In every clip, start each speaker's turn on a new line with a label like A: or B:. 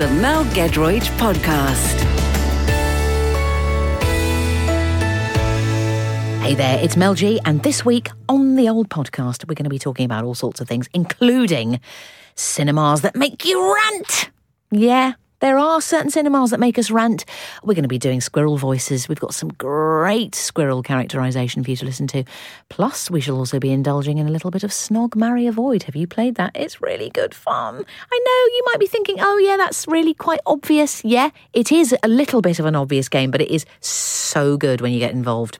A: The Mel Gedroyd Podcast.
B: Hey there, it's Mel G, and this week on the old podcast, we're going to be talking about all sorts of things, including cinemas that make you rant. Yeah, there are certain cinemas that make us rant. We're going to be doing squirrel voices. We've got some great squirrel characterisation for you to listen to. Plus, we shall also be indulging in a little bit of snog, marry, avoid. Have you played that? It's really good fun. I know you might be thinking, oh, yeah, that's really quite obvious. Yeah, it is a little bit of an obvious game, but it is so good when you get involved.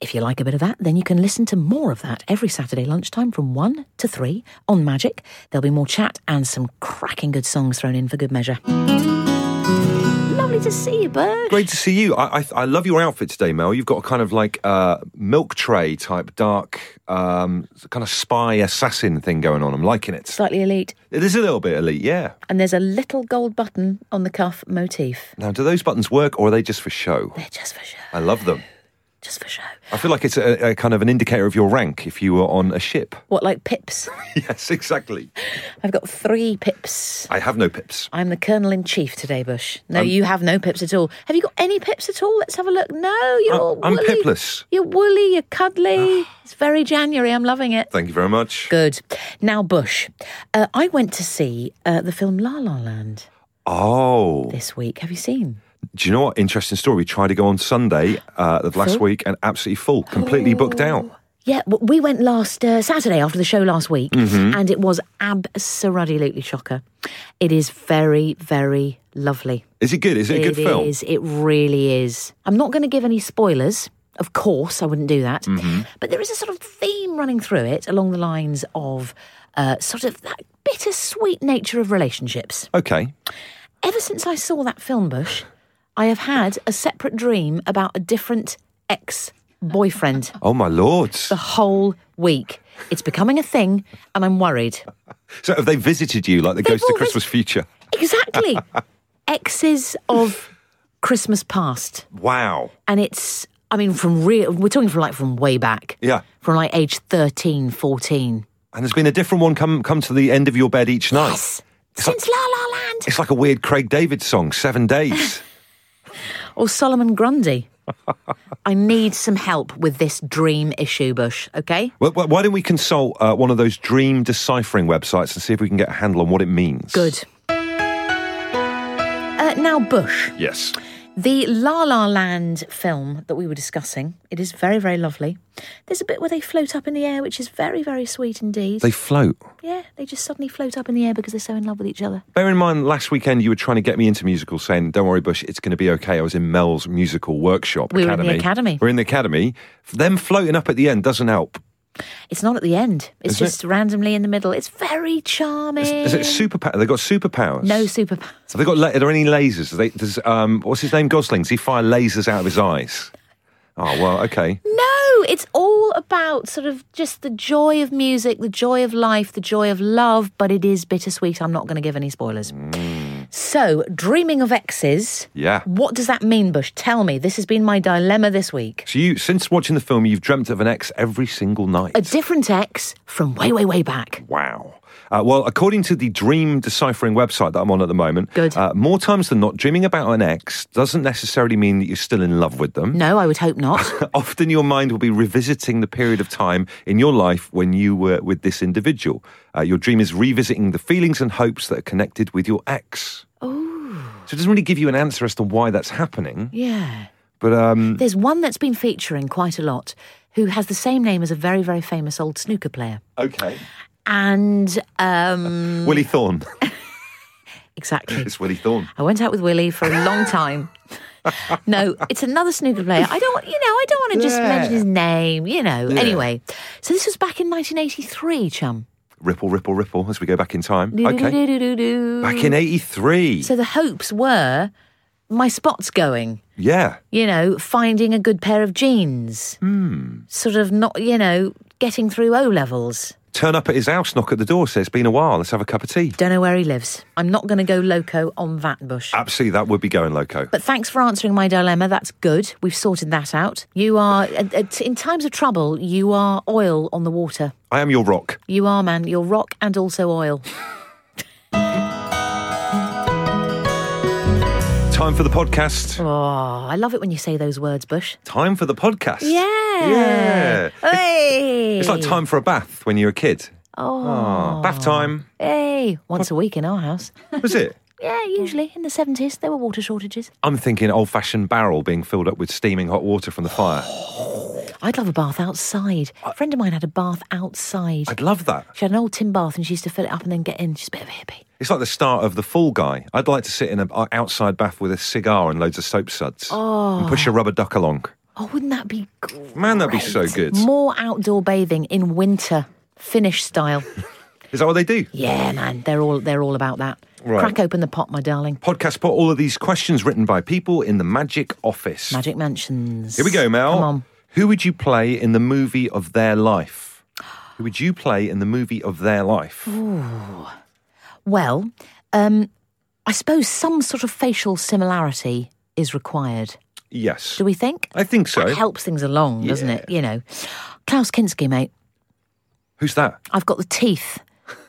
B: If you like a bit of that, then you can listen to more of that every Saturday lunchtime from 1 to 3 on Magic. There'll be more chat and some cracking good songs thrown in for good measure. Lovely to see you, Bird.
C: Great to see you. I, I, I love your outfit today, Mel. You've got a kind of like uh, milk tray type, dark, um, kind of spy assassin thing going on. I'm liking it.
B: Slightly elite.
C: It is a little bit elite, yeah.
B: And there's a little gold button on the cuff motif.
C: Now, do those buttons work or are they just for show?
B: They're just for show.
C: I love them.
B: Just for show.
C: I feel like it's a, a kind of an indicator of your rank if you were on a ship.
B: What, like pips?
C: yes, exactly.
B: I've got three pips.
C: I have no pips.
B: I'm the Colonel in Chief today, Bush. No, you have no pips at all. Have you got any pips at all? Let's have a look. No, you're
C: I'm-
B: all
C: I'm
B: woolly.
C: pipless. Ah.
B: You're woolly, you're cuddly. it's very January. I'm loving it.
C: Thank you very much.
B: Good. Now, Bush, uh, I went to see uh, the film La La Land
C: Oh,
B: this week. Have you seen?
C: do you know what? Interesting story. We tried to go on Sunday uh, of last week and absolutely full, completely booked out.
B: Yeah, w- we went last uh, Saturday after the show last week,
C: Mm-hmm.
B: and it was absolutely shocker. It is very, very lovely.
C: Is it good? Is it a good
B: It
C: film?
B: is. It really is. I'm not going to give any spoilers. Of course, I wouldn't do that.
C: Mm-hmm.
B: But there is a sort of theme running through it along the lines of uh, sort of that bittersweet nature of relationships.
C: Okay.
B: Ever since I saw that film, Bush, I have had a separate dream about a different ex boyfriend
C: Oh, my lords.
B: the whole week. It's becoming a thing, and I'm worried.
C: So have they visited you like the Ghost of
B: all
C: Christmas
B: visit-
C: Future?
B: Exactly. Exes of Christmas past.
C: Wow.
B: and it's i mean from real we're talking from like from way back
C: Yeah.
B: from like age 13 14
C: And there's been a different one come come to the end of your bed each night.
B: yes since la la land
C: It's like a weird Craig David song, Seven Days.
B: or solomon grundy i need some help with this dream issue bush okay
C: well, well, why don't we consult uh, one of those dream deciphering websites and see if we can get a handle on what it means?
B: good uh, now bush
C: Yes.
B: the la la land film that we were discussing it is very very lovely there's a bit where they float up in the air which is very very sweet indeed
C: They float.
B: yeah they just suddenly float up in the air because they're so in love with each other
C: Bear in mind, last weekend you were trying to get me into musicals, saying, "Don't worry, Bush, it's going to be okay." I was in Mel's musical workshop
B: We were in the
C: academy.
B: academy.
C: We're in the academy. Them floating up at the end doesn't help.
B: It's not at the end. It's
C: Isn't it?
B: just randomly in the middle. It's very charming.
C: Is it superpower? They got superpowers.
B: Eh. no superpowers.
C: Have they got? la- Are there any lasers? Are they, does um, what's his name? Gosling. Does he fire lasers out of his eyes? Oh well, okay.
B: No, it's all about sort of just the joy of music, the joy of life, the joy of love, but it is bittersweet. I'm not going to give any spoilers. So, dreaming of exes.
C: Yeah.
B: What does that mean, Bush? Tell me. This has been my dilemma this week.
C: So you, since watching the film, you've dreamt of an ex every single night.
B: A different ex from way, way, way back.
C: Wow. Uh, well, according to the dream deciphering website that I'm on at the moment,
B: Good.
C: Uh, more times than not, dreaming about an ex doesn't necessarily mean that you're still in love with them.
B: No, I would hope not.
C: Often your mind will be revisiting the period of time in your life when you were with this individual. Uh, your dream is revisiting the feelings and hopes that are connected with your ex. Oh. So it doesn't really give you an answer as to why that's happening,
B: yeah.
C: but um,
B: There's one that's been featuring quite a lot who has the same name as a very, very famous old snooker player.
C: okay.
B: And um,
C: Willie Thorne.
B: exactly.
C: it's Willie Thorne.
B: I went out with Willie for a long time. No, it's another snooker player. I don't, want- you know, I don't want to just
C: Yeah.
B: mention his name, you know.
C: Yeah.
B: Anyway, so this was back in 1983, chum.
C: Ripple, ripple, ripple as we go back in time. Okay.
B: Do-do-do-do-do-do.
C: Back in 83.
B: So the hopes were my spot's going,
C: yeah.
B: you know, finding a good pair of jeans. Hmm. Sort of not, you know, getting through O levels.
C: Turn up at his house, knock at the door, say, It's been a while, let's have a cup of tea.
B: Don't know where he lives. I'm not going to go loco on that bush.
C: Absolutely, that would be going loco.
B: But thanks for answering my dilemma. That's good. We've sorted that out. You are, at- at- in times of trouble, you are oil on the water.
C: I am your rock.
B: You are, man. You're rock and also oil.
C: Time for the podcast.
B: Oh, I love it when you say those words, Bush.
C: Time for the podcast.
B: Yeah.
C: Yeah.
B: Hey.
C: It's like time for a bath when you're a kid.
B: Oh.
C: Ah, Bath time.
B: Hey. Once a week in our house.
C: Was it?
B: Yeah, usually in the 70s there were water shortages.
C: I'm thinking old fashioned barrel being filled up with steaming hot water from the fire.
B: I'd love a bath outside. A friend of mine had a bath outside.
C: I'd love that.
B: She had an old tin bath and she used to fill it up and then get in. She's a bit of a hippie.
C: It's like the start of the Fall Guy. I'd like to sit in an outside bath with a cigar and loads of soap suds and push a rubber duck along.
B: Oh, wouldn't that be great?
C: Man, that'd be so good.
B: More outdoor bathing in winter, Finnish style.
C: Is that what they do?
B: yeah, man, they're all they're all about that.
C: Right.
B: Crack open the pot, my darling.
C: Podcast put all of these questions written by people in the Magic Office.
B: Magic Mansions.
C: Here we go, Mel.
B: Come on.
C: Who would you play in the movie of their life? Who would you play in the movie of their life?
B: Well, um, I suppose some sort of facial similarity is required.
C: Yes.
B: Do we think?
C: I think so.
B: That helps things along, doesn't it? You know, Klaus Kinski, mate.
C: Who's that?
B: I've got the teeth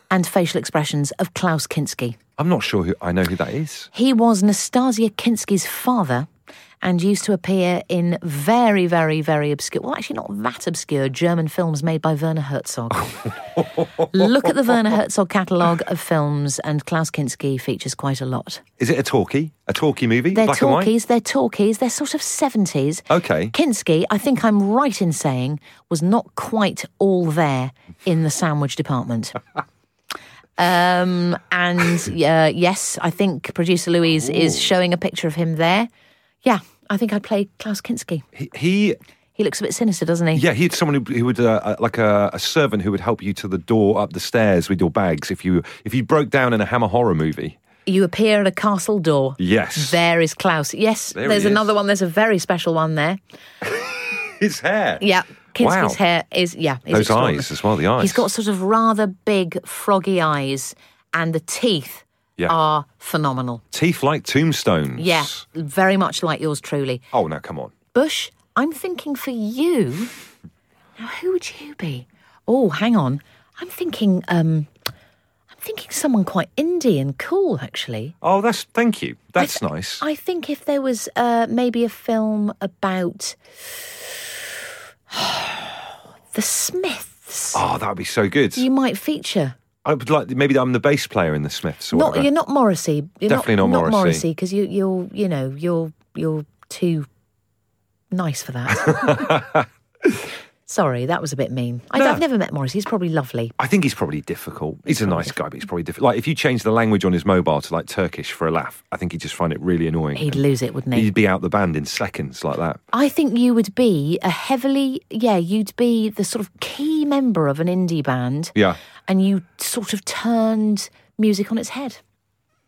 B: and facial expressions of Klaus Kinski.
C: I'm not sure who I know who that is.
B: He was Nastasia Kinski's father and used to appear in very, very, very obscure, well, actually not that obscure, German films made by Werner Herzog. Look at the Werner Herzog catalogue of films, and Klaus Kinski features quite a lot.
C: Is it a talkie? A talkie movie?
B: They're
C: Black and white?
B: talkies, they're talkies, they're sort of 70s.
C: Okay.
B: Kinski, I think I'm right in saying, was not quite all there in the sandwich department. Um, and uh, yes, I think producer Louise is showing a picture of him there. Yeah, I think I'd play Klaus Kinski.
C: He, he
B: He looks a bit sinister, doesn't he?
C: yeah, he had someone who, who would, uh, uh, like a, a servant who would help you to the door up the stairs with your bags if you if you broke down in a Hammer horror movie.
B: You appear at a castle door.
C: Yes.
B: There is Klaus. Yes,
C: There he
B: there's
C: is.
B: another one. There's a very special one there.
C: His hair.
B: Yeah,
C: Wow.
B: Kinski's hair is yeah. Is
C: Those
B: extraordinary.
C: eyes as well, the eyes.
B: He's got sort of rather big, froggy eyes, and the teeth
C: Yeah.
B: are phenomenal.
C: Teeth like tombstones.
B: Yeah, very much like yours truly.
C: Oh, now come on.
B: Bush, I'm thinking for you. Now, who would you be? Oh, hang on. I'm thinking. um I'm thinking someone quite indie and cool, actually.
C: Oh, that's thank you. That's nice.
B: I think if there was uh, maybe a film about the Smiths,
C: Oh, that would be so good.
B: you might feature.
C: I would like maybe I'm the bass player in the Smiths. Or
B: Not
C: whatever.
B: you're not Morrissey. You're
C: Definitely
B: not,
C: not Morrissey.
B: because you you're you know you're you're too nice for that. Sorry, that was a bit mean. I,
C: No.
B: I've never met Morrissey. He's probably lovely.
C: I think he's probably difficult. He's a nice guy, but he's probably difficult. Like if you change the language on his mobile to like Turkish for a laugh, I think he'd just find it really annoying.
B: He'd lose it, wouldn't he?
C: He'd be out the band in seconds like that.
B: I think you would be a heavily yeah. You'd be the sort of key member of an indie band.
C: Yeah.
B: and you sort of turned music on its head.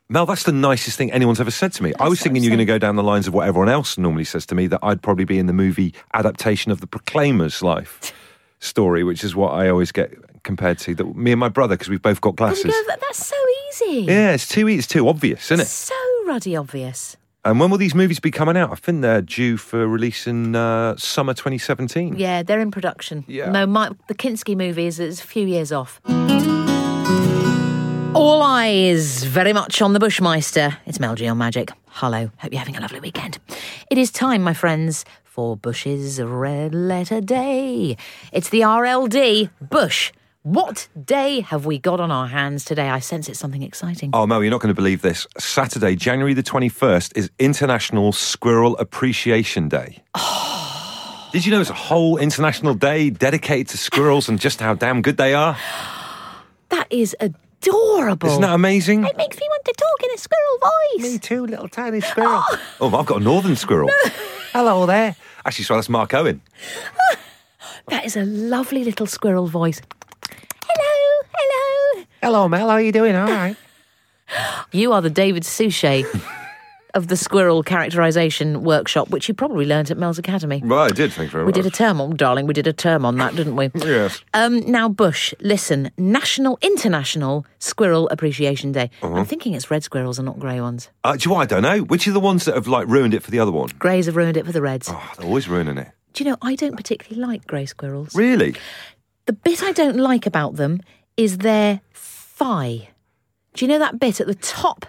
C: Mel, that's the nicest thing anyone's ever said to me. I was
B: what
C: thinking
B: I'm
C: you're going to
B: saying.
C: go down the lines of what everyone else normally says to me that I'd probably be in the movie adaptation of the Proclaimer's life story, which is what I always get compared to. That me and my brother, because we've both
B: And
C: got
B: you
C: glasses.
B: go, "That- that's so easy.
C: Yeah, it's too it's too obvious, isn't it?
B: So ruddy obvious.
C: And when will these movies be coming out? I think they're due for release in uh, summer 2017.
B: Yeah, they're in production.
C: Yeah.
B: No, my, the Kinski movie is, is a few years off. All eyes very much on the Bushmeister. It's Mel G on Magic. Hello. Hope you're having a lovely weekend. It is time, my friends, for Bush's Red Letter Day. It's the RLD. Bush, what day have we got on our hands today? I sense it's something exciting.
C: Oh, Mel, you're not going to believe this. Saturday, January the 21st, is International Squirrel Appreciation Day. Did you know it's a whole international day dedicated to squirrels and just how damn good they are?
B: That is adorable.
C: Isn't that amazing?
B: Oh. it makes me want to talk in a squirrel voice.
C: too, little tiny squirrel. Oh, I've got a northern squirrel. Hello there. Actually, sorry, that's Mark Owen.
B: That is a lovely little squirrel voice. Hello, hello.
C: Hello, Mel. How are you doing? All right.
B: You are the David Suchet of the squirrel characterisation workshop, which you probably learnt at Mel's Academy.
C: Well, I did. Thank you very
B: We
C: much.
B: did a term on, darling, we did a term on that, didn't we?
C: Yes.
B: Um, now, Bush, listen, National International Squirrel Appreciation Day. I'm thinking it's red squirrels and not grey ones.
C: Uh, do you know what? I don't know. Which are the ones that have like ruined it for the other one?
B: Greys have ruined it for the reds.
C: Oh, they're always ruining it.
B: Do you know, I don't particularly like grey squirrels.
C: Really?
B: The bit I don't like about them is their thigh. Do you know that bit at the top?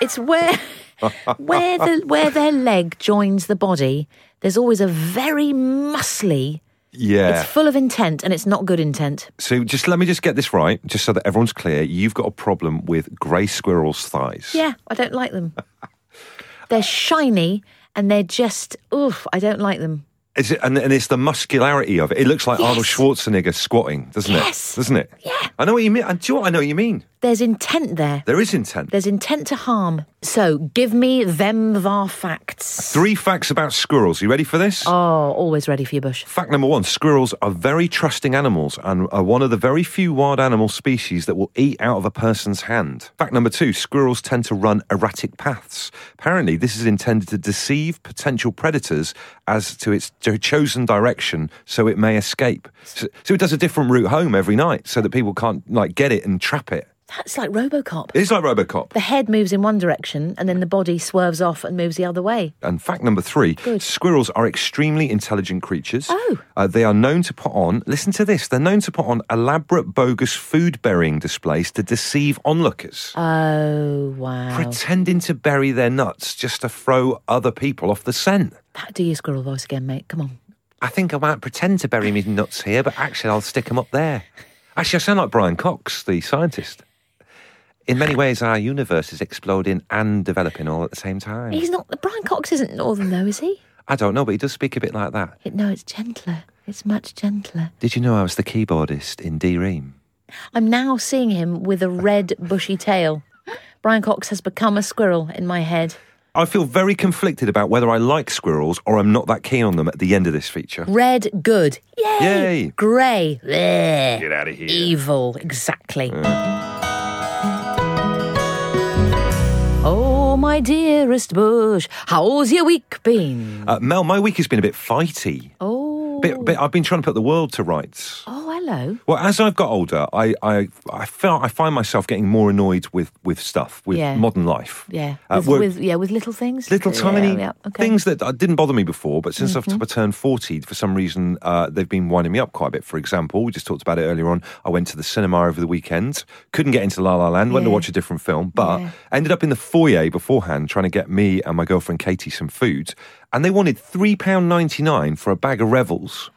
B: It's where where the where their leg joins the body, there's always a very muscly.
C: Yeah.
B: It's full of intent, and it's not good intent.
C: so just let me just get this right, just so that everyone's clear. You've got a problem with grey squirrels' thighs.
B: Yeah, I don't like them. they're shiny, and they're just oof. I don't like them.
C: Is it, and, and it's the muscularity of it. It looks like
B: Yes.
C: Arnold Schwarzenegger squatting, doesn't
B: Yes.
C: it? Doesn't it?
B: Yeah.
C: I know what you mean. And do you know what I know what you mean?
B: There's intent there.
C: There is intent.
B: There's intent to harm. So give me them var facts.
C: Three facts about squirrels. You ready for this?
B: Oh, always ready for your bush.
C: Fact number one squirrels are very trusting animals and are one of the very few wild animal species that will eat out of a person's hand. Fact number two squirrels tend to run erratic paths. Apparently, this is intended to deceive potential predators as to its cho- chosen direction so it may escape. So, so it does a different route home every night so that people can't like get it and trap it.
B: That's like RoboCop.
C: It's like Robocop.
B: the head moves in one direction and then the body swerves off and moves the other way.
C: And fact number three squirrels are extremely intelligent creatures.
B: Oh.
C: Uh, they are known to put on, listen to this, they're known to put on elaborate, bogus food burying displays to deceive onlookers,
B: Oh, wow.
C: pretending to bury their nuts just to throw other people off the scent.
B: That do your squirrel voice again, mate. Come on.
C: I think I might pretend to bury me nuts here, but actually I'll stick them up there. Actually, I sound like Brian Cox, the scientist. In many ways, our universe is exploding and developing all at the same time.
B: He's not. Brian Cox isn't northern, though, is he?
C: I don't know, but he does speak a bit like that.
B: It, no, it's gentler. It's much gentler.
C: Did you know I was the keyboardist in D Ream?
B: I'm now seeing him with a red, bushy tail. Brian Cox has become a squirrel in my head.
C: I feel very conflicted about whether I like squirrels or I'm not that keen on them at the end of this feature.
B: Red, good. Yay!
C: Yay.
B: Grey. Get
C: out of here.
B: Evil, exactly. Oh, my dearest Bush, how's your week been?
C: Uh, Mel, my week has been a bit fighty.
B: Oh,
C: Bit, bit, I've been trying to put the world to rights.
B: oh, hello.
C: Well, as I've got older, I, I, I, felt, I find myself getting more annoyed with, with stuff, with
B: Yeah.
C: modern life.
B: Yeah,
C: Uh,
B: with,
C: work-
B: with- yeah, with little things.
C: little
B: Yeah,
C: tiny
B: yeah, okay. Mm-hmm.
C: things that uh, didn't bother me before, but since I've t- turned 40, for some reason, uh, they've been winding me up quite a bit. For example, we just talked about it earlier on. I went to the cinema over the weekend, couldn't get into La La Land, went to
B: Yeah.
C: watch a different film, but
B: Yeah.
C: ended up in the foyer beforehand trying to get me and my girlfriend Katie some food. And they wanted £3.99 for a bag of Revels.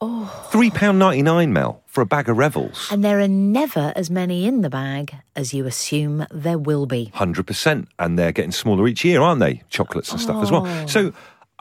C: Oh. £3.99, Mel, for a bag of Revels.
B: And there are never as many in the bag as you assume there will be.
C: 100%. And they're getting smaller each year, aren't they? Chocolates and stuff as
B: Oh.
C: well. So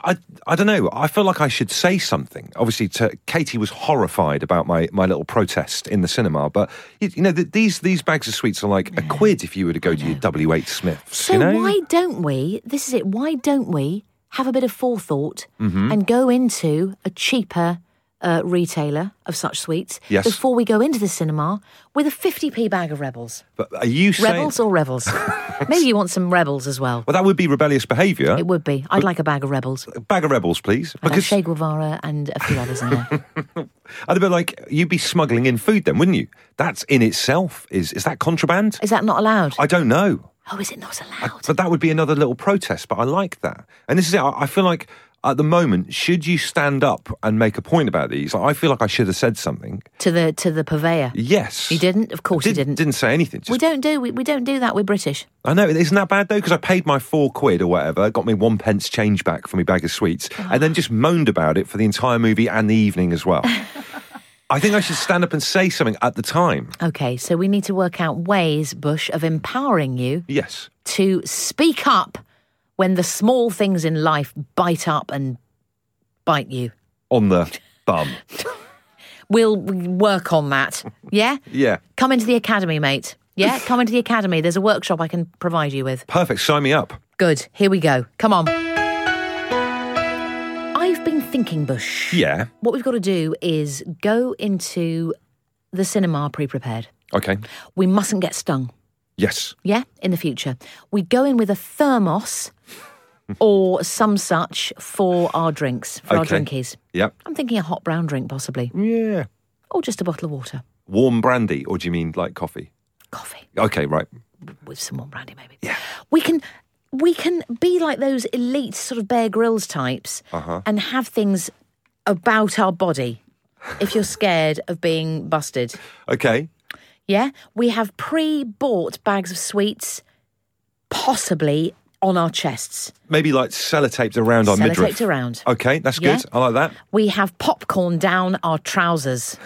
C: I, I don't know. I feel like I should say something. Obviously, to, Katie was horrified about my, my little protest in the cinema. But, you, you know, th these, these bags of sweets are like a quid if you were to go to your W.H. Smith's,
B: So
C: you know?
B: why don't we? This is it. Why don't we have a bit of forethought
C: Mm-hmm.
B: and go into a cheaper uh, retailer of such sweets
C: Yes.
B: before we go into the cinema with a 50p bag of rebels?
C: But are you saying...
B: Rebels or rebels? Maybe you want some rebels as well.
C: Well, that would be rebellious behaviour.
B: It would be. I'd like a bag of rebels.
C: A bag of rebels, please.
B: I'd have
C: uh, Because
B: Che Guevara and a few others in there.
C: I'd be like, you'd be smuggling in food then, wouldn't you? That's in itself. Is, is that contraband?
B: Is that not allowed?
C: I don't know.
B: oh, is it not
C: I-
B: allowed?
C: but that would be another little protest. But I like that, and this is it. I, I feel like at the moment, should you stand up and make a point about these? Like, I feel like I should have said something.
B: to the to the purveyor.
C: Yes,
B: You didn't? Of course you
C: Did-
B: didn't.
C: Didn't say anything.
B: we
C: Just,
B: don't do we, we don't do that. We're British.
C: I know it isn't that bad though, because I paid my four quid or whatever, got me one pence change back for my bag of sweets, and then
B: Ah.
C: just moaned about it for the entire movie and the evening as well. I think I should stand up and say something at the time.
B: Okay, so we need to work out ways, Bush, of empowering you
C: Yes.
B: to speak up when the small things in life bite up and bite you.
C: On the bum.
B: We'll work on that. Yeah?
C: Yeah.
B: Come into the academy, mate. Yeah? Come into the academy. There's a workshop I can provide you with.
C: Perfect. Sign me up.
B: Good. Here we go. Come on. I've been thinking, Bush.
C: Yeah.
B: What we've got to do is go into the cinema pre prepared.
C: Okay.
B: We mustn't get stung.
C: Yes.
B: yeah, in the future. We go in with a thermos or some such for our drinks, for our
C: Okay.
B: drinkies.
C: Yep.
B: I'm thinking a hot brown drink, possibly,
C: Yeah.
B: or just a bottle of water,
C: warm brandy, or do you mean like coffee?
B: coffee
C: Okay, right.
B: with some warm brandy, maybe. Yeah. We can. We can be like those elite sort of Bear grills types
C: Uh-huh.
B: and have things about our body if you're scared of being busted.
C: Okay.
B: Yeah, we have pre bought bags of sweets, possibly on our chests,
C: Maybe like sellotaped around our midriff.
B: sellotaped around.
C: Okay, that's
B: Yeah.
C: good. I like that.
B: We have popcorn down our trousers,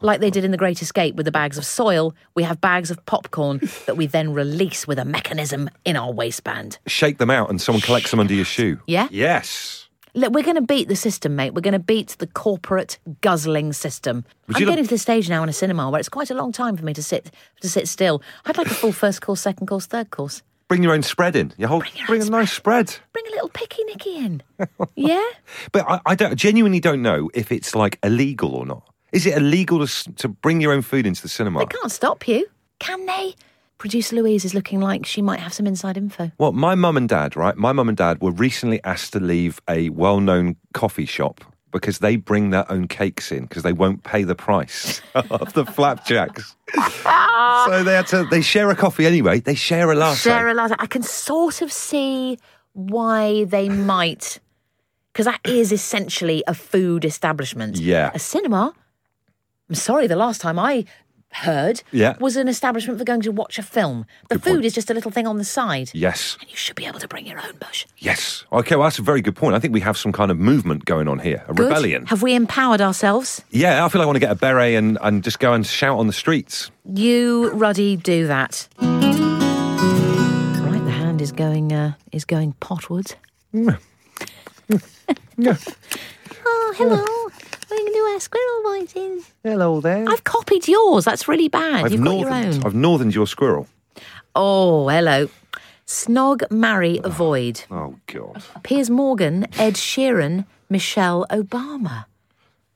B: like they did in The Great Escape with the bags of soil. We have bags of popcorn that we then release with a mechanism in our waistband.
C: Shake them out and someone collects them under your shoe.
B: Yeah?
C: Yes.
B: Look, we're going to beat the system, mate. We're going to beat the corporate guzzling system. I'm
C: you
B: getting
C: look-
B: to the stage now in a cinema where it's quite a long time for me to sit to sit still. I'd like a full first course, second course, third course.
C: Bring your own spread in. Your whole, bring,
B: your
C: a nice spread.
B: Bring a little picky nicky in, yeah?
C: But I, I don't, genuinely don't know if it's like illegal or not. Is it illegal to, s- to bring your own food into the cinema?
B: They can't stop you, can they? Producer Louise is looking like she might have some inside info.
C: Well, my mum and dad, right? My mum and dad were recently asked to leave a well known coffee shop because they bring their own cakes in because they won't pay the price of the flapjacks. so they had to, they share a coffee anyway. They share a latte.
B: Sarah Lazar, I can sort of see why they might, because that is essentially a food establishment.
C: Yeah.
B: A cinema. I'm sorry, the last time I heard
C: Yeah.
B: was an establishment for going to watch a film. The food is just a little thing on the side.
C: Yes,
B: And you should be able to bring your own bush.
C: yes. Okay, well, that's a very good point. I think we have some kind of movement going on here, a
B: Good.
C: rebellion.
B: Have we empowered ourselves?
C: Yeah, I feel like I want to get a beret and, and just go and shout on the streets.
B: You, Ruddy, do that. Right, the hand is going uh, is going potward. oh, hello. We're going to do our squirrel voices.
C: Hello there.
B: I've copied yours. That's really bad. You've got your own.
C: I've northerned your squirrel.
B: Oh, hello. Snog, marry, avoid.
C: Oh, God.
B: Piers Morgan, Ed Sheeran, Michelle Obama.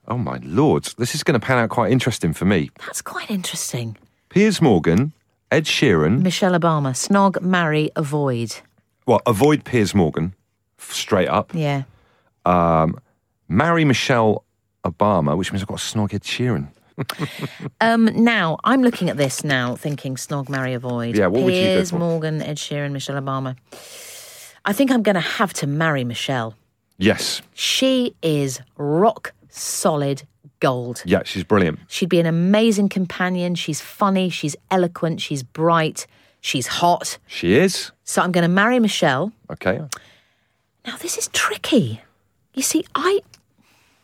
C: Oh, my lord. This is going to pan out quite interesting for me.
B: That's quite interesting.
C: Piers Morgan, Ed Sheeran.
B: Michelle Obama, snog, marry, avoid.
C: Well, avoid Piers Morgan, f- straight up.
B: Yeah.
C: Marry Michelle Obama, which means I've got to snog Ed Sheeran.
B: Um, now, I'm looking at this now, thinking snog, marry, avoid.
C: Yeah, what would you go
B: Piers
C: for?
B: Morgan, Ed Sheeran, Michelle Obama. I think I'm going to have to marry Michelle.
C: Yes.
B: She is rock solid gold.
C: Yeah, she's brilliant.
B: She'd be an amazing companion. She's funny, she's eloquent, she's bright, she's hot.
C: She is.
B: So I'm going to marry Michelle.
C: Okay.
B: Now, this is tricky. You see, I,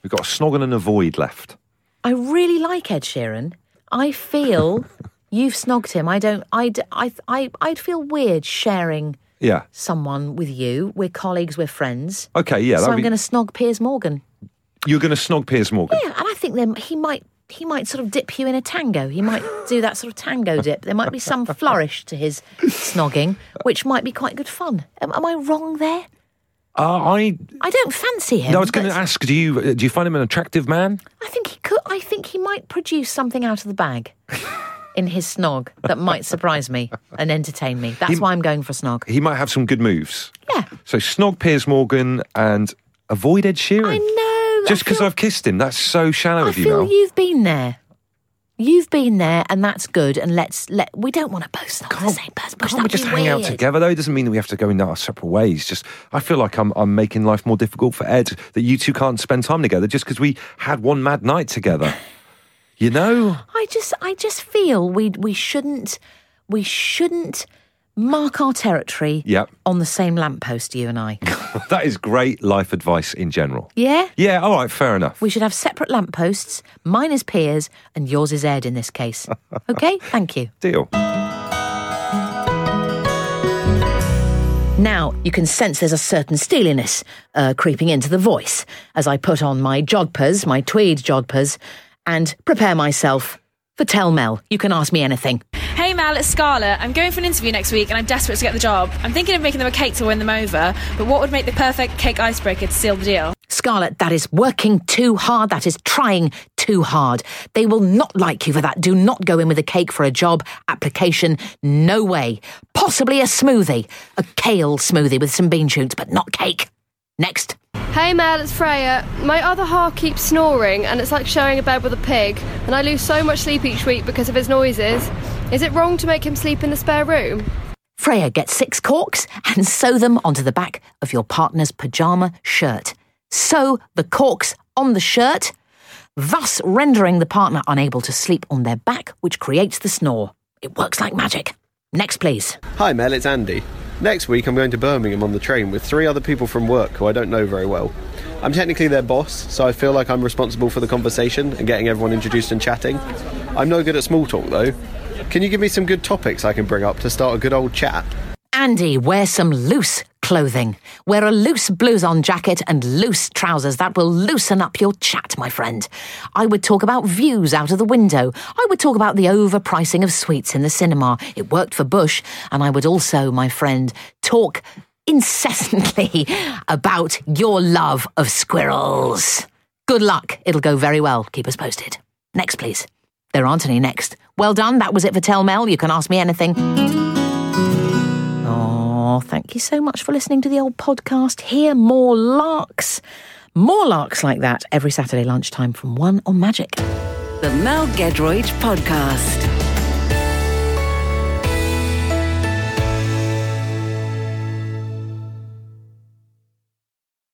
C: We've got a snog and an avoid left.
B: I really like Ed Sheeran. I feel you've snogged him. I don't, I'd, I, I, I'd feel weird sharing
C: Yeah.
B: someone with you. We're colleagues, we're friends.
C: Okay, yeah.
B: so
C: that'd
B: I'm
C: be-
B: going to snog Piers Morgan.
C: You're going to snog Piers Morgan.
B: Yeah, and I think then he might he might sort of dip you in a tango. He might do that sort of tango dip. There might be some flourish to his snogging, which might be quite good fun. Am, am I wrong there?
C: Uh, I,
B: I don't fancy him.
C: I was going to
B: but
C: ask, do you uh, do you find him an attractive man?
B: I think he could. I think he might produce something out of the bag. In his snog that might surprise me and entertain me. That's why I'm going for a snog.
C: He might have some good moves.
B: Yeah,
C: So snog Piers Morgan and avoid Ed Sheeran.
B: I know.
C: Hmm. Just
B: I
C: because
B: feel-
C: I've kissed him, that's so shallow
B: I
C: of you,
B: feel
C: Mel.
B: you've been there. You've been there, and that's good. And let's let we don't want to both snog the same person.
C: Can't
B: That'd be
C: we just hang out
B: weird.
C: together though? It doesn't mean that we have to go in our separate ways. Just I feel like I'm I'm making life more difficult for Ed that you two can't spend time together just because we had one mad night together. you know?
B: I just I just feel we we shouldn't we shouldn't mark our territory
C: Yep.
B: on the same lamppost, you and I.
C: That is great life advice in general.
B: yeah?
C: Yeah, all right, fair enough.
B: We should have separate lampposts. Mine is Piers and yours is Ed in this case. Okay? Thank you.
C: Deal.
B: Now you can sense there's a certain steeliness uh, creeping into the voice as I put on my jodhpurs, my tweed jodhpurs, and prepare myself for Tell Mel. You can ask me anything.
D: Hey Mal, it's Scarlett. I'm going for an interview next week and I'm desperate to get the job. I'm thinking of making them a cake to win them over, but what would make the perfect cake icebreaker to seal the deal?
B: Scarlett, that is working too hard. That is trying too hard. They will not like you for that. Do not go in with a cake for a job application. No way. Possibly a smoothie, a kale smoothie with some bean shoots, but not cake. Next.
E: Hey Mel, it's Freya. My other half keeps snoring and it's like sharing a bed with a pig, and I lose so much sleep each week because of his noises. Is it wrong to make him sleep in the spare room?
B: Freya, get six corks and sew them onto the back of your partner's pyjama shirt. Sew the corks on the shirt, thus rendering the partner unable to sleep on their back, which creates the snore. It works like magic. Next, please.
F: Hi Mel, it's Andy. Next week, I'm going to Birmingham on the train with three other people from work who I don't know very well. I'm technically their boss, so I feel like I'm responsible for the conversation and getting everyone introduced and chatting. I'm no good at small talk, though. Can you give me some good topics I can bring up to start a good old chat?
B: Andy, wear some loose clothing. Wear a loose blouson jacket and loose trousers. That will loosen up your chat, my friend. I would talk about views out of the window. I would talk about the overpricing of sweets in the cinema. It worked for Bush. And I would also, my friend, talk incessantly about your love of squirrels. Good luck. It'll go very well. Keep us posted. Next, please. There aren't any next. Well done. That was it for Tell Mel. You can ask me anything. Oh, thank you so much for listening to the old podcast. Hear more larks, more larks like that every Saturday lunchtime from 1 on Magic.
A: The Mel Gedroid Podcast.